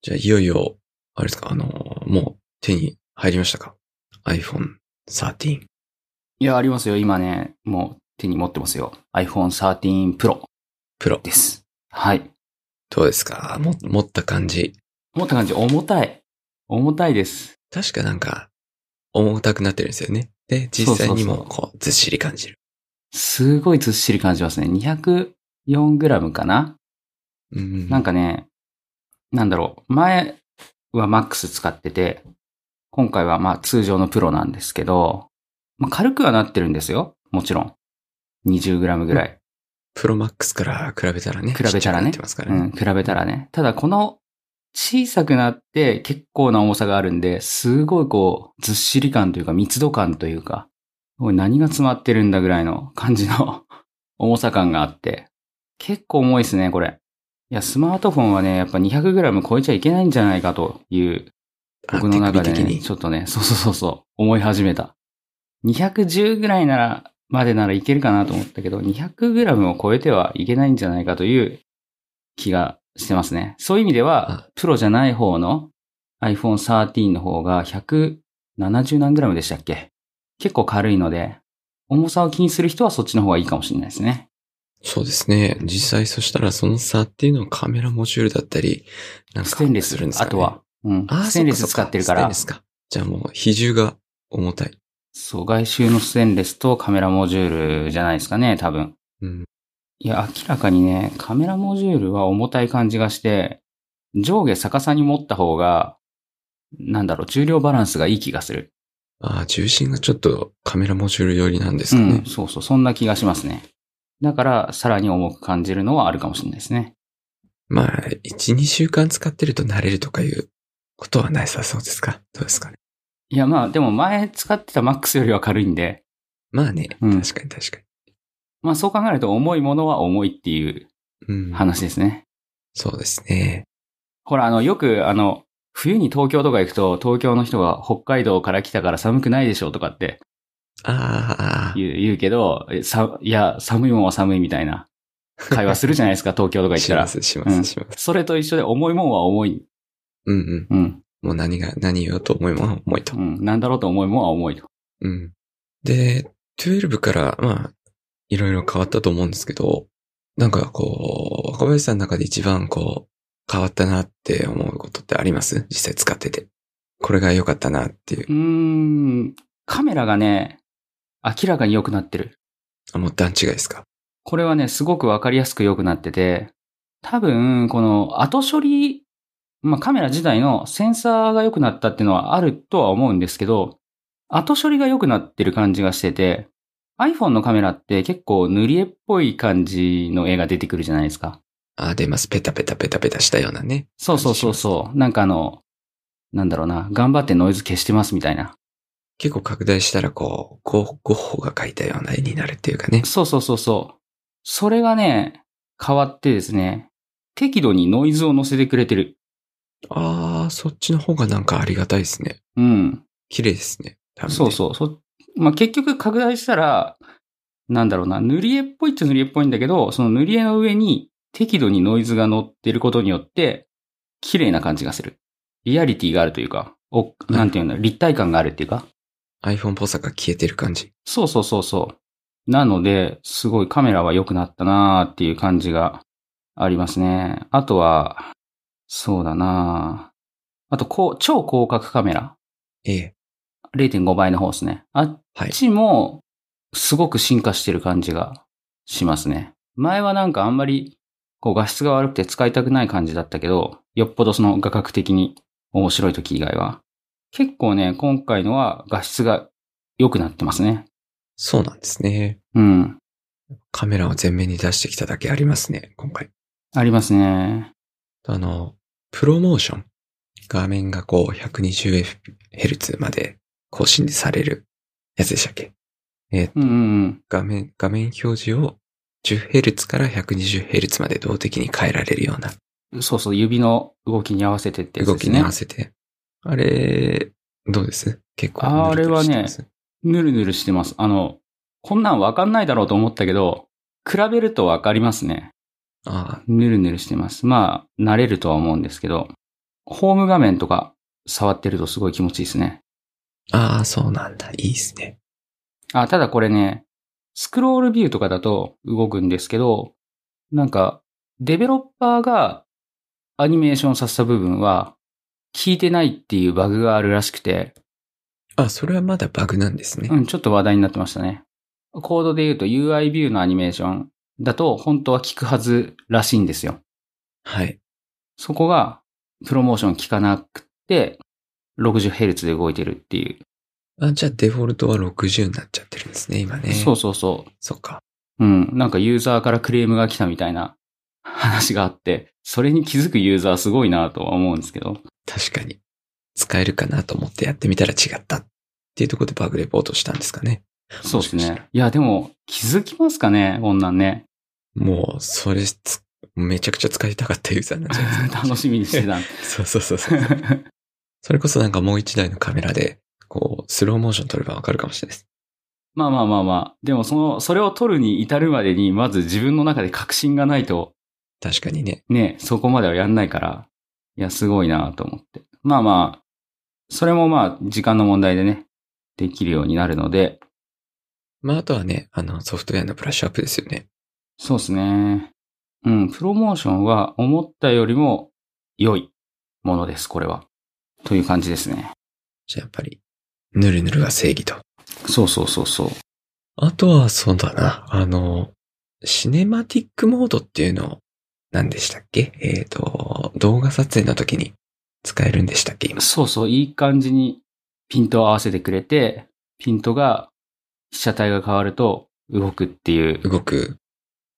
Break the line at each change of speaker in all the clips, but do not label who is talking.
じゃあ、いよいよ、あれですか、あのーもう手に入りましたか ?iPhone 13。
いや、ありますよ。今ね、もう手に持ってますよ。iPhone 13 Pro
Pro。
です。はい。
どうですかも、持った感じ。
思った感じ、重たい。重たいです。
確かなんか、重たくなってるんですよね。で、実際に
そ
も、
うそう
こう、ずっしり感じる。
すごいずっしり感じますね。204g かな
うん
なんかね、なんだろう。前は MAX 使ってて、今回はまあ通常のプロなんですけど、まあ、軽くはなってるんですよ。もちろん。20g ぐらい。
プロマックスから比べたらね。
比べたら
ち
ね
っちゃくなってますから
う
ね。
ん、比べたらね。ただこの小さくなって結構な重さがあるんで、すごいこう、ずっしり感というか密度感というか、おい何が詰まってるんだぐらいの感じの 重さ感があって、結構重いですね、これ。いや、スマートフォンはね、やっぱ 200g 超えちゃいけないんじゃないかという、
あ
僕の中で、
手首
ね、
的
ちょっとね、そうそうそうそう、思い始めた。210ぐらいなら、までならいけるかなと思ったけど、200g を超えてはいけないんじゃないかという気がしてますね。そういう意味で
あ
は、プロじゃない方の iPhone 13の方が170何 g でしたっけ結構軽いので、重さを気にする人はそっちの方がいいかもしれないですね。
そうですね。実際、そしたらその差っていうのはカメラモジュールだったり、なんか、
ステンレス、
するんですか
あ
ね
とは、うん、
あー
ステンレス使ってるから、
そっかそっかステンレスか。じゃあもう、比重が重たい。
そう、外周のステンレスとカメラモジュールじゃないですかね、多分。
うん。
いや、明らかにね、カメラモジュールは重たい感じがして、上下逆さに持った方が、なんだろう、重量バランスがいい気がする。
ああ、重心がちょっとカメラモジュール寄りなんです
う
かね。
ん、そうそう、そんな気がしますね。だから、さらに重く感じるのはあるかもしれないですね。
まあ、1、2週間使ってると慣れるとかいうことはないさそうですかどうですかね。
いや、まあ、でも前使ってた MAX よりは軽いんで、
まあね、
うん
確かに確か
まあそう考えると重いものは重いっていう
に。うん。
話ですね。
そうですね。
ほら、あの、よく、あの、冬に東京とか行くと、東京の人が北海道から来たから寒くないでしょうとかって
ああ、
言う言うけど、えさ、いや、寒いもんは寒いみたいな会話するじゃないで すか、東京とか行っ
した
ら
ま。す、しま
う
す、
ん
します。
それと一緒で重いもんは重い。
うんうん。
うん。
もう何が、何言おうと思いも重いと
う。ん。なんだろうと重いもんは重いと。
うん。で、12から、まあ、いろいろ変わったと思うんですけど、なんかこう、若林さんの中で一番こう、変わったなって思うことってあります実際使ってて。これが良かったなっていう
う。ーん。カメラがね、明らかに良くなってる。
あ、もう段違いですか
これはね、すごくわかりやすく良くなってて、多分、この後処理、まあカメラ自体のセンサーが良くなったっていうのはあるとは思うんですけど、後処理が良くなってる感じがしてて、iPhone のカメラって結構塗り絵っぽい感じの絵が出てくるじゃないですか。
あ、出ます。ペタペタペタペタしたようなね。
そうそうそうそう。なんかあの、なんだろうな、頑張ってノイズ消してますみたいな。
結構拡大したらこう、ゴッゴッホが描いたような絵になるっていうかね。
そうそうそうそう。それがね、変わってですね、適度にノイズを乗せてくれてる。
あー、そっちの方がなんかありがたいですね。
うん。
綺麗ですね。多分ね
そうそう。そまあ、結局拡大したら、なんだろうな、塗り絵っぽいっちゃ塗り絵っぽいんだけど、その塗り絵の上に適度にノイズが乗ってることによって、綺麗な感じがする。リアリティがあるというか、おなんていうんだ、立体感があるっていうか。
iPhone っぽさが消えてる感じ。
そうそうそうそう。なので、すごいカメラは良くなったなーっていう感じがありますね。あとは、そうだなーあと、こう、超広角カメラ。
ええ。
0.5倍の方ですね。あっ
はい。
ちも、すごく進化してる感じがしますね。前はなんかあんまり、こう画質が悪くて使いたくない感じだったけど、よっぽどその画角的に面白い時以外は。結構ね、今回のは画質が良くなってますね。
そうなんですね。
うん。
カメラを前面に出してきただけありますね、今回。
ありますね。
あの、プロモーション。画面がこう 120Hz まで更新されるやつでしたっけ
うんうんうん。
画面、画面表示を 10Hz から 120Hz まで動的に変えられるような
そうそう、指の動きに合わせてってやつ
動
で
き
す
に
ね
合わ。せて。あれ、どうです結構。
あれはね
ぬるっとしてます。
ぬるぬるしてます。あの、こんなんわかんないだろうと思ったけど、比べるとわかりますね。
ああ、
ぬるぬるしてます。まあ、慣れるとは思うんですけど、ホーム画面とか触ってるとすごい気持ちいいですね。
ああ、そうなんだ。いいっすね。
あ、ただこれね、スクロールビューとかだと動くんですけど、なんか、デベロッパーがアニメーションさせた部分は、効いてないっていうバグがあるらしくて、
あ、それはまだバグなんですね。
うん、ちょっと話題になってましたね。コードで言うと UI ビューのアニメーションだと本当は効くはずらしいんですよ。
はい。
そこがプロモーション効かなくて、60Hz で動いてるっていう。
あ、じゃあデフォルトは60になっちゃってるんですね、今ね。
そうそうそう。
そっか。
うん。なんかユーザーからクレームが来たみたいな話があって、それに気づくユーザーすごいなとは思うんですけど。
確かに。使えるかなと思ってやってみたら違った。っていうところでバグレポートしたんですかね。
そうです
もしかした
ね。いや、でも気づきますかねこんなんね。
もう、それつ、めちゃくちゃ使いたかったユーザーなんじゃないですか。
楽しみにしてた。
そうそうそうそう。それこそなんかもう一台のカメラで、こう、スローモーション撮ればわかるかもしれないです。
まあまあまあまあ。でもその、それを取るに至るまでに、まず自分の中で確信がないと、
確かにね。
ね、そこまではやんないから、いや、すごいなと思って。まあまあ、それもまあ、時間の問題でね、できるようになるので、
まあ、あとはね、あの、ソフトウェアのブラッシュアップですよね。
そうですね。うん、プロモーションは思ったよりも良いものです、これは。という感じですね。
じゃあやっぱり、ぬるぬるは正義と。
そうそうそうそう。
あとは、そうだな。あの、シネマティックモードっていうのを、何でしたっけえっ、と、動画撮影の時に使えるんでしたっけ今。
そうそう、いい感じにピントを合わせてくれて、ピントが、被写体が変わると動くっていう、
動く。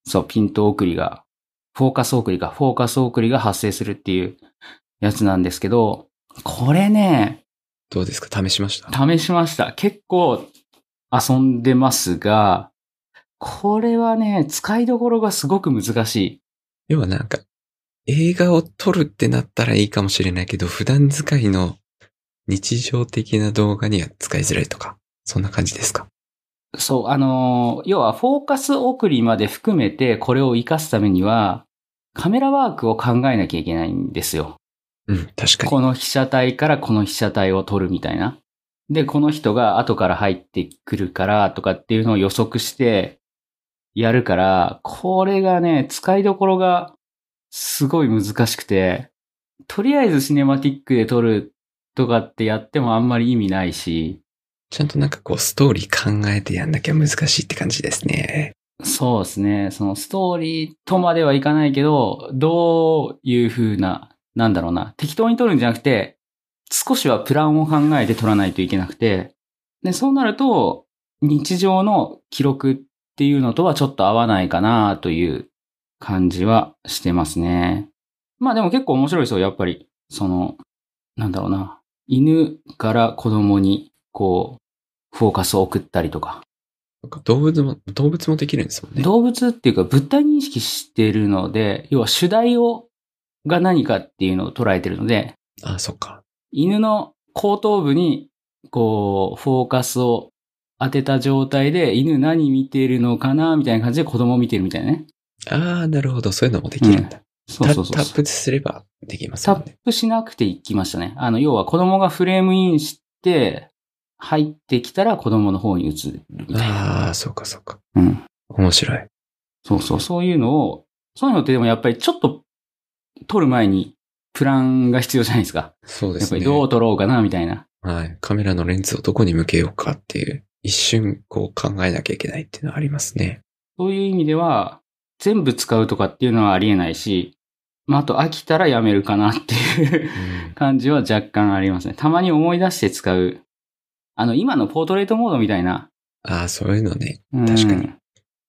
そう、ピント送りが、フォーカス送りが、フォーカス送りが発生するっていうやつなんですけど、これね、
どうですか試しました
試しました。結構遊んでますが、これはね、使いどころがすごく難しい。
要はなんか、映画を撮るってなったらいいかもしれないけど、普段使いの日常的な動画には使いづらいとか、そんな感じですか
そう、あのー、要はフォーカス送りまで含めてこれを活かすためには、カメラワークを考えなきゃいけないんですよ。
うん、確かに。
この被写体からこの被写体を撮るみたいな。で、この人が後から入ってくるからとかっていうのを予測してやるから、これがね、使いどころがすごい難しくて、とりあえずシネマティックで撮るとかってやってもあんまり意味ないし、
ちゃんとなんかこう、ストーリー考えてやんなきゃ難しいって感じですね。
そうですね、そのストーリーとまではいかないけど、どういう風な、なんだろうな、適当に撮るんじゃなくて、少しはプランを考えて撮らないといけなくて、で、そうなると、日常の記録っていうのとはちょっと合わないかなという感じはしてますね。まあでも結構面白いですよ、やっぱり。その、なんだろうな。犬から子供に、こう、フォーカスを送ったりとか。
なんか動物も、動物もできるんですもんね。
動物っていうか物体認識してるので、要は主題を、が何かっていうのを捉えてるので、
あ、そっか。
犬の後頭部に、こう、フォーカスを当てた状態で、犬何見てるのかなみたいな感じで子供見てるみたいなね。
ああ、なるほど。そういうのもできるんだ。
そうそうそう
タ
そ
タ
う
ップすればできます
タ
もん
ッ
ね。
プしなくていきましたね。あの、要は子供がフレームインして、入ってきたら子供の方に移るみたいな。
ああ、そうかそうか。
うん。
面白い。
そうそう、そういうのを、そういうのってでもやっぱりちょっと撮る前にプランが必要じゃないですか。
そうで
やっ
す
ぱ
ね。
りどう撮ろうかな、みたいな。
はい。カメラのレンズをどこに向けようかっていう、一瞬こう考えなきゃいけないっていうのはありますね。
そういう意味では、全部使うとかっていうのはありえないし、まあ、あと飽きたらやめるかなっていう
う
感じは若干ありますね。たまに思い出して使う。あの、今のポートレートモードみたいな。
ああ、そういうのね。
うん
確かに。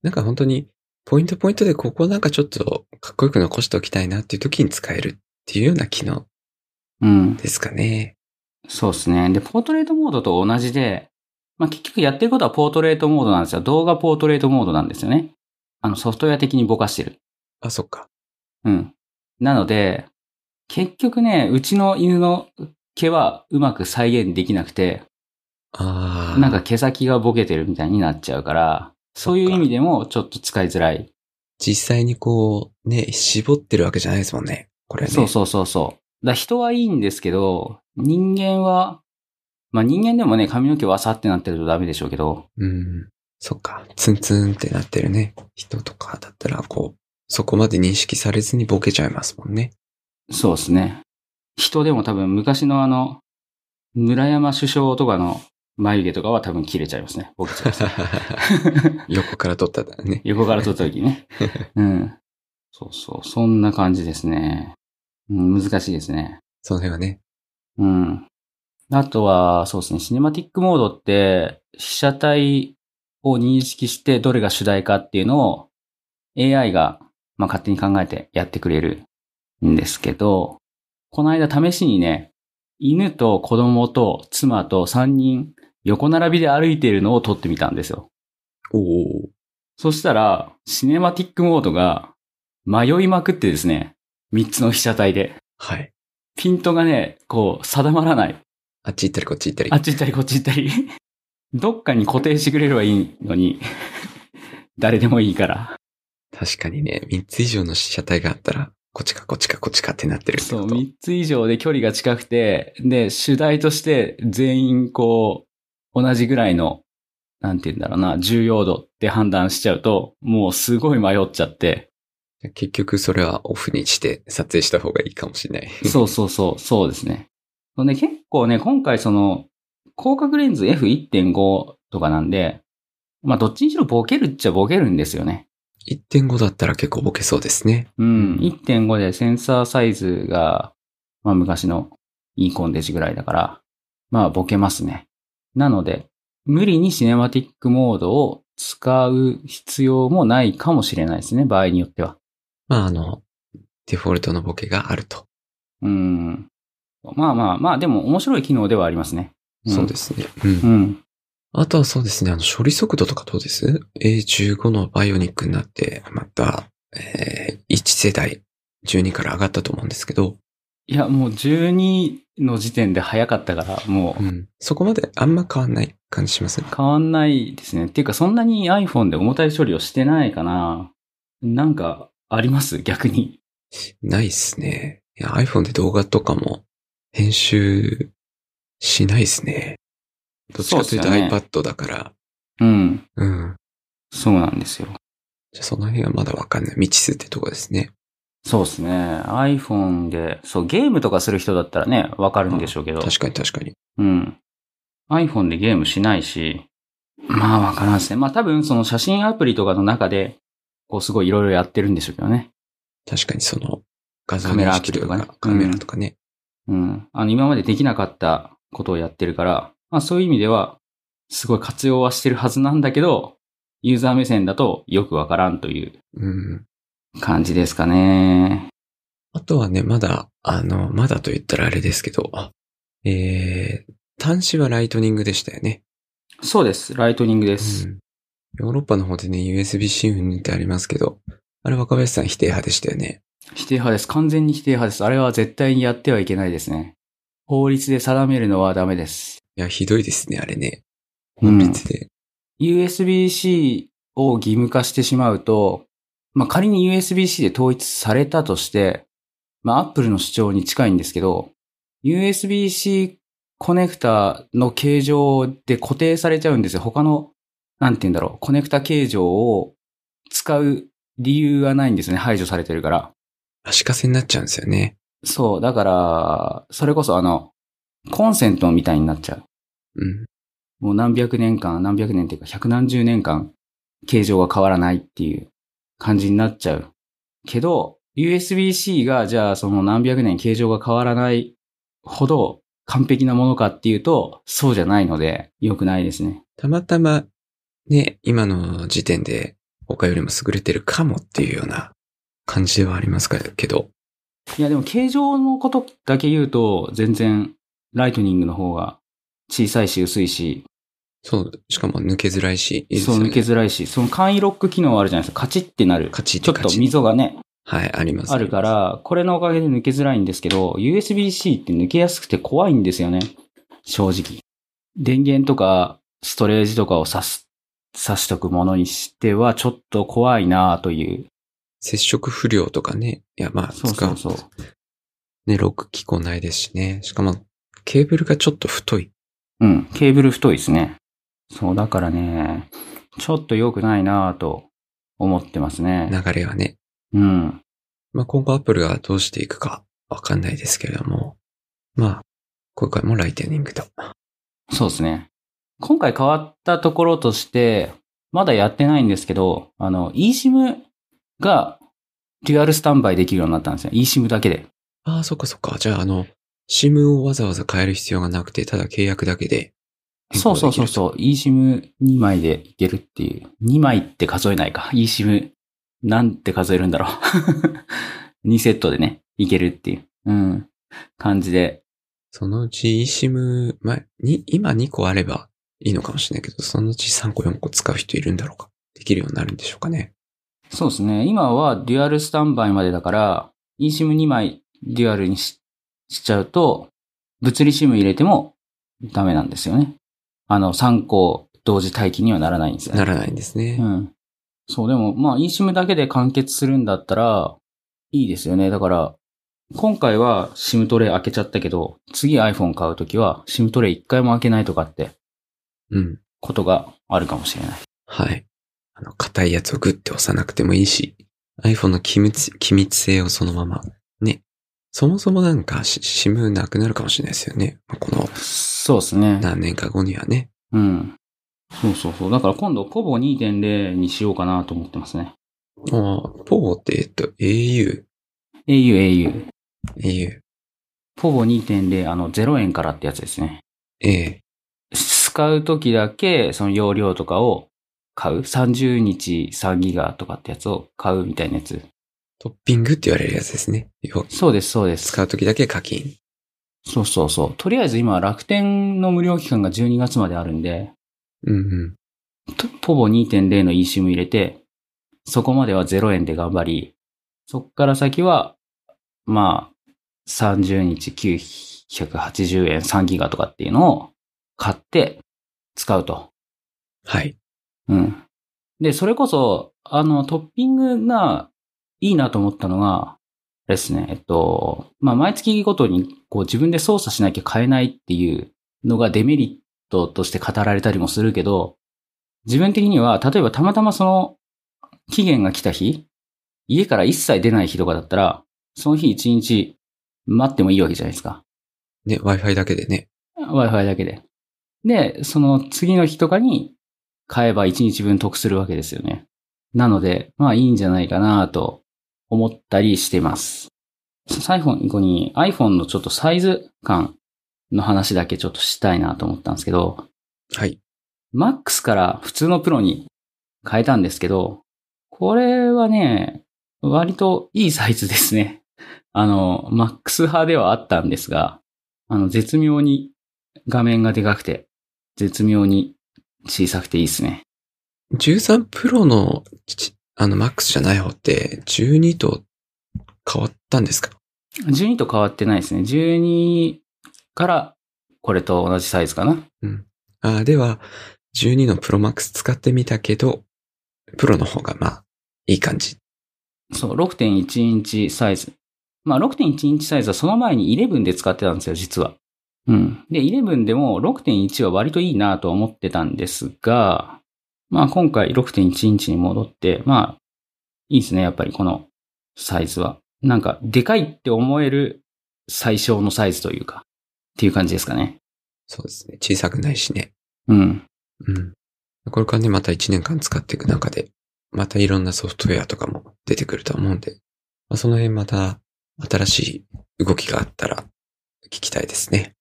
なんか本当に、ポイントポイントでここなんかちょっとかっこよく残しておきたいなっていう時に使えるっていうような機能
うん。
ですかね。
そうですね。で、ポートレートモードと同じで、まあ、結局やってることはポートレートモードなんですよ。動画ポートレートモードなんですよね。あの、ソフトウェア的にぼかしてる。
あ、そっか。
うん。なので、結局ね、うちの犬の毛はうまく再現できなくて、
ああ。
なんか毛先がボケてるみたいになっちゃうから、そういう意味でもちょっと使いづらい。
実際にこう、ね、絞ってるわけじゃないですもんね。これね。
そうそうそうそだ人はいいんですけど、人間は、まあ人間でもね、髪の毛わさってなってるとダメでしょうけど、
うん。そっか。ツンツンってなってるね。人とかだったら、こう、そこまで認識されずにボケちゃいますもんね。
そうですね。人でも多分昔のあの、村山首相とかの眉毛とかは多分切れちゃいますね。僕
横から撮ったらね。
横から撮った時ね。うん。そうそう。そんな感じですね。うん、難しいですね。
その辺はね。
うん。あとは、そうですね。シネマティックモードって、被写体を認識してどれが主題かっていうのを AI が、まあ、勝手に考えてやってくれるんですけど、この間試しにね、犬と子供と妻と3人横並びで歩いているのを撮ってみたんですよ。
おお。
そしたら、シネマティックモードが迷いまくってですね、3つの被写体で。
はい。
ピントがね、こう、定まらない。
あっち行ったりこっち行ったり。
あっち行ったりこっち行ったり。 どっかに固定してくれればいいのに。 誰でもいいから。
確かにね、3つ以上の被写体があったら、こっちかこっちかこっちかってなってるって
そ
こ
う、
と。
3つ以上で距離が近くて、で、主題として全員こう、同じぐらいの、なんて言うんだろうな、重要度って判断しちゃうと、もうすごい迷っちゃって。
結局それはオフにして撮影した方がいいかもしれない。
そうそうそう、そうですね。で結構ね、今回その、広角レンズ F1.5 とかなんで、まあどっちにしろボケるっちゃボケるんですよね。
1.5だったら結構ボケそうですね。
うん。1.5でセンサーサイズが、まあ昔のインコンデジぐらいだから、まあボケますね。なので、無理にシネマティックモードを使う必要もないかもしれないですね、場合によっては。
まあ、あの、デフォルトのボケがあると。
うん。まあまあまあ、でも面白い機能ではありますね。ん
そうで。すね。うん。
うん。
あとはそうですね、あの、処理速度とかどうです ?A15 のバイオニックになって、また、えー、1世代、12から上がったと思うんですけど、
いや、もう12の時点で早かったから、も
う。
うん
そこまであんま変わんない感じしますね。
変わんないですね。っていうか、そんなに iPhone で重たい処理をしてないかな。なんか、あります逆に。
ないっすね。いや、iPhone で動画とかも編集しないっすね。どっちかというと
そうっすよね
iPad だから。
うん。
うん。
そうなんですよ。
じゃあその辺はまだわかんない。未知数ってとこですね。
そうですね。iPhone で、そう、ゲームとかする人だったらね、わかるんでしょうけど。
確かに確かに。
うん。iPhone でゲームしないし、まあわからんですね。まあ多分その写真アプリとかの中で、こうすごいいろいろやってるんでしょうけどね。いう
確かにその画像
カメラ
認識いう
アプリとかね
カメラとかね。
うん。あの、今までできなかったことをやってるから、まあそういう意味では、すごい活用はしてるはずなんだけど、ユーザー目線だとよくわからんという
うん。
感じですかね。
あとはね、まだ、あの、まだと言ったらあれですけど、あえー、端子はライトニングでしたよね。
そうです。ライトニングです。
うん。ヨーロッパの方でね、USB-C 運ってありますけど、あれ若林さん否定派でしたよね。
否定派です。完全に否定派です。あれは絶対にやってはいけないですね。法律で定めるのはダメです。
いや、ひどいですね、あれね。
うん
法律で。
USB-C を義務化してしまうと、まあ、仮に USB-C で統一されたとして、まあ、Apple の主張に近いんですけど、USB-C コネクタの形状で固定されちゃうんですよ。他の、なんて言うんだろう、コネクタ形状を使う理由がないんですね。排除されてるから。
足かせになっちゃうんですよね。
そう、だから、それこそあの、コンセントみたいになっちゃ
うん。
う。もう何百年間、何百年っていうか、百何十年間、形状が変わらないっていう感じになっちゃう。けど、USB-C が、じゃあその何百年形状が変わらないほど完璧なものかっていうと、そうじゃないので、良くないですね。
たまたま、ね、今の時点で他よりも優れてるかもっていうような感じではありますけど、
いや、でも形状のことだけ言うと、全然、ライトニングの方が小さいし薄いし、
そう、しかも抜けづらいし、いいです
そ
よ
う、
ね。
抜けづらいし、その簡易ロック機能あるじゃないですか。カチッってなる。
カチッ
ちょっと溝がね、
はい、あります。
あるか。ら、これのおかげで抜けづらいんですけど、USB-C って抜けやすくて怖いんですよね。正直。電源とか、ストレージとかを挿す、挿しとくものにしては、ちょっと怖いなという。
接触不良とかね。いや、まあ、
そうそうそう。
ね、ロック機構ないですしね。しかも、ケーブルがちょっと太い。
うん、ケーブル太いですね。そう、だからね、ちょっと良くないなぁと思ってますね。
流れはね。
うん。
まあ、今後アップルがどうしていくかわかんないですけれども。まあ、今回もライテニングと。
そうですね。今回変わったところとして、まだやってないんですけど、あの、eSIM がデュアルスタンバイできるようになったんですよ。eSIM だけで。
ああ、そっかそっか。じゃあ、あの、シムをわざわざ変える必要がなくて、ただ契約だけで。
そうそうそうそう。eSIM2 枚でいけるっていう。2枚って数えないか。eSIM なんて数えるんだ ろう。2セットでね、いけるっていう。うん。感じで。
そのうち eSIM、まあ、に、今2個あればいいのかもしれないけど、そのうち3個4個使う人いるんだろうか。できるようになるんでしょうかね。
そうですね。今はデュアルスタンバイまでだから、eSIM2 枚デュアルにししちゃうと、物理 SIM 入れてもダメなんですよね。あの、3個同時待機にはならないんですよね
ならないんですね。
うん。そう、でも、まあ、eSIM だけで完結するんだったら、いいですよね。だから、今回は SIM トレイ開けちゃったけど、次 iPhone 買うときは SIM トレイ一回も開けないとかって
うん。
ことがあるかもしれない。
はい。あの、硬いやつをグッて押さなくてもいいし、iPhone の機密、機密性をそのまま。ね。そもそもなんか、シシムなくなるかもしれないですよね。まあこの
そうですね。
何年か後にはね。
うん。そうそうそう。だから今度、コボ2.0にしようかなと思ってますね。
ああ、ポーって、えっと、au、
au, au。
au、
ポボ2.0、あの、0円からってやつですね。
a、
使うときだけ、その容量とかを買う。30日3ギガとかってやつを買うみたいなやつ。
トッピングって言われるやつですね。要は
そうです、そうです。
使うときだけ課金。
そうそうそう。とりあえず今、楽天の無料期間が12月まであるんで、
うんうん。
とポボ2.0の eSIM 入れて、そこまでは0円で頑張り、そっから先は、まあ、30日980円3ギガとかっていうのを買って使うと。
はい。
うん。で、それこそ、あの、トッピングがいいなと思ったのが、あれですね、えっと、まあ、毎月ごとに、こう自分で操作しなきゃ買えないっていうのがデメリットとして語られたりもするけど、自分的には、例えばたまたまその、期限が来た日、家から一切出ない日とかだったら、その日一日待ってもいいわけじゃないですか。
ね、Wi-Fi だけでね。
Wi-Fi だけで。で、その次の日とかに買えば1日分得するわけですよね。なので、まあいいんじゃないかなと思ったりしてます。最後に iPhone のちょっとサイズ感の話だけちょっとしたいなと思ったんですけど、
はい。
MAX から普通のプロに変えたんですけど、これはね、割といいサイズですね。 あの、MAX 派ではあったんですが、あの、絶妙に画面がでかくて、絶妙に小さくていいですね。
13 Pro のち、あの、MAX じゃない方って、12と変わったんですか
12と変わってないですね。12からこれと同じサイズかな。
ああ、では、12の Pro Max 使ってみたけど、Pro の方が、まあ、いい感じ。
そう、6.1インチサイズ。まあ、6.1インチサイズはその前に11で使ってたんですよ、実は。うん。で、11でも6.1は割といいなとは思ってたんですが、まあ今回6.1インチに戻って、まあ、いいですね、やっぱりこのサイズは。なんか、でかいって思える最小のサイズというか、っていう感じですかね。
そうですね。小さくないしね。
うん。
うん。これからね、また1年間使っていく中で、またいろんなソフトウェアとかも出てくると思うんで、まあ、その辺また新しい動きがあったら聞きたいですね。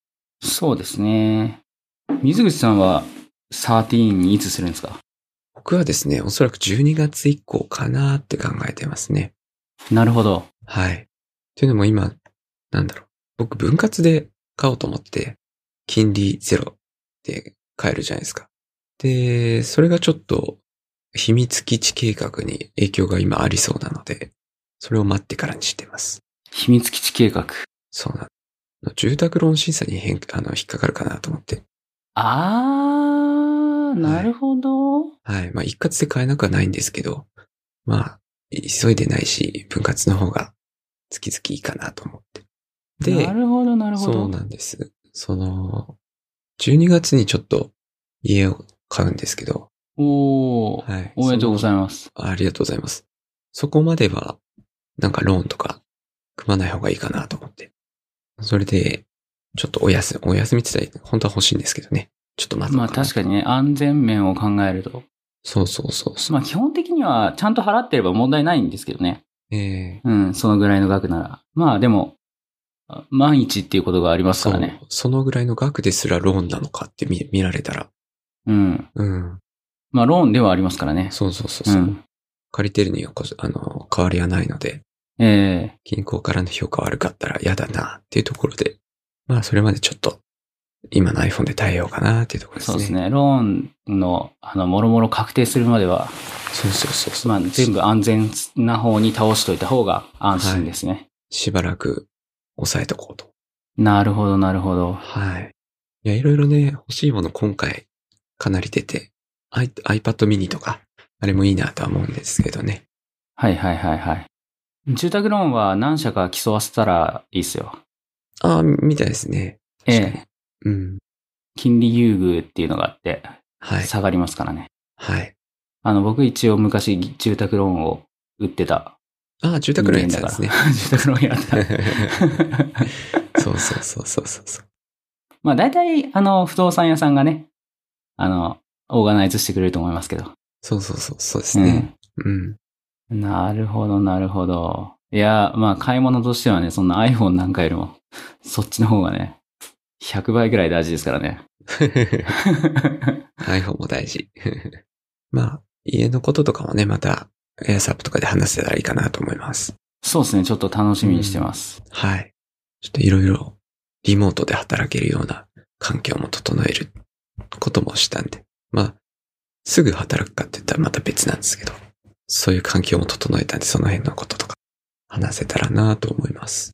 そうですね。水口さんは13にいつするんですか
僕はですね、おそらく12月以降かなーって考えてますね。
なるほど。
はい。というのも今、なんだろう。僕、分割で買おうと思って、金利ゼロで買えるじゃないですか。で、それがちょっと、秘密基地計画に影響が今ありそうなので、それを待ってからにしてます。
秘密基地計画。
そうなの。住宅ローン審査に変、あの、引っかかるかなと思って。
あー、なるほど。
はい。まあ、一括で買えなくはないんですけど、まあ、急いでないし、分割の方が、月々いいかなと思って。で
な、るほど、なるほ
そう
ど
な。んです。その、12月にちょっと家を買うんですけど、
おお、
はい。
おめでとうござ
い
います。
ます。ありがとうございます。そこまでは、なんかローンとか、組まない方がいいかなと思って。それで、ちょっとお休み、お休みって言ったら、本当は欲しいんですけどね。ちょっと待とう
まあ
な
確かにね、安全面を考えると。
そうそうそうそう。
まあ基本的にはちゃんと払ってれば問題ないんですけどね。
ええ
うん、そのぐらいの額なら。まあでも、あ万一っていうことがあります
そ
から
う
ね。
そのぐらいの額ですらローンなのかって見見られたら。
うん。
うん。
まあローンではありますからね。
そうそうそうそう、
うん
借りてるにはこあの、変わりはないので、
ええ
銀行からの評価悪かったら嫌だなっていうところで、まあそれまでちょっと、今の iPhone で耐えようかなっていうところですね。
そうですね。ローンの、あの、もろもろ確定するまでは、
そうそうそうそう。
まあ全部安全な方に倒しといた方が安心ですね。
しばらく抑えとこうと。
なるほど、なるほど。
はい。いや、いろいろね、欲しいもの今回かなり出て、I、iPad mini とか、あれもいいなとは思うんですけどね。
はいはいはいはい。住宅ローンは何社か競わせたらいいですよ。
ああ、みたいですね。
え
確か
え。
に。うん。
金利優遇っていうのがあって、
はい。
下がりますからね。
はい。
あの、僕一応昔住宅ローンを売ってた。
ああ、住宅ローンやってたんですね。
住宅ローンやった。
そうそうそうそうそうそう。
まあ大体、あの、不動産屋さんがね、あの、オーガナイズしてくれると思いますけど。
そうそうそう、そうですね。うん。
うん。なるほど、なるほど。いや、まあ買い物としてはね、そんな iPhone なんかよりも、そっちの方がね、100倍ぐらい大事ですからね。
iPhone も大事。まあ、家のこととかもね、また、ASAP とかで話せたらいいかなと思います。
そうですね、ちょっと楽しみにしてます。
はい。ちょっといろいろ、リモートで働けるような環境も整えることもしたんで。まあ、すぐ働くかって言ったらまた別なんですけど、そういう環境も整えたんで、その辺のこととか、話せたらなと思います。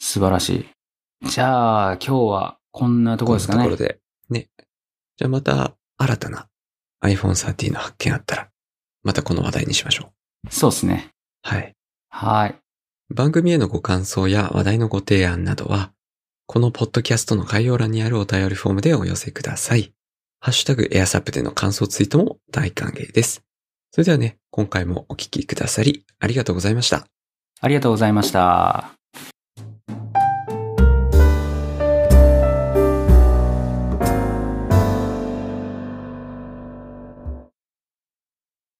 素晴らしい。じゃあ、今日はこんなところですか
んな
ね
とこ。ろで。ね。じゃあまた、新たな iPhone 13の発見あったら、またこの話題にしましょう。
そうですね。
はい。
はい。
番組へのご感想や話題のご提案などは、このポッドキャストの概要欄にあるお便りフォームでお寄せください。ハッシュタグエアサップでの感想ツイートも大歓迎です。それではね、今回もお聞きくださりありがとうございました。
ありがとうございました。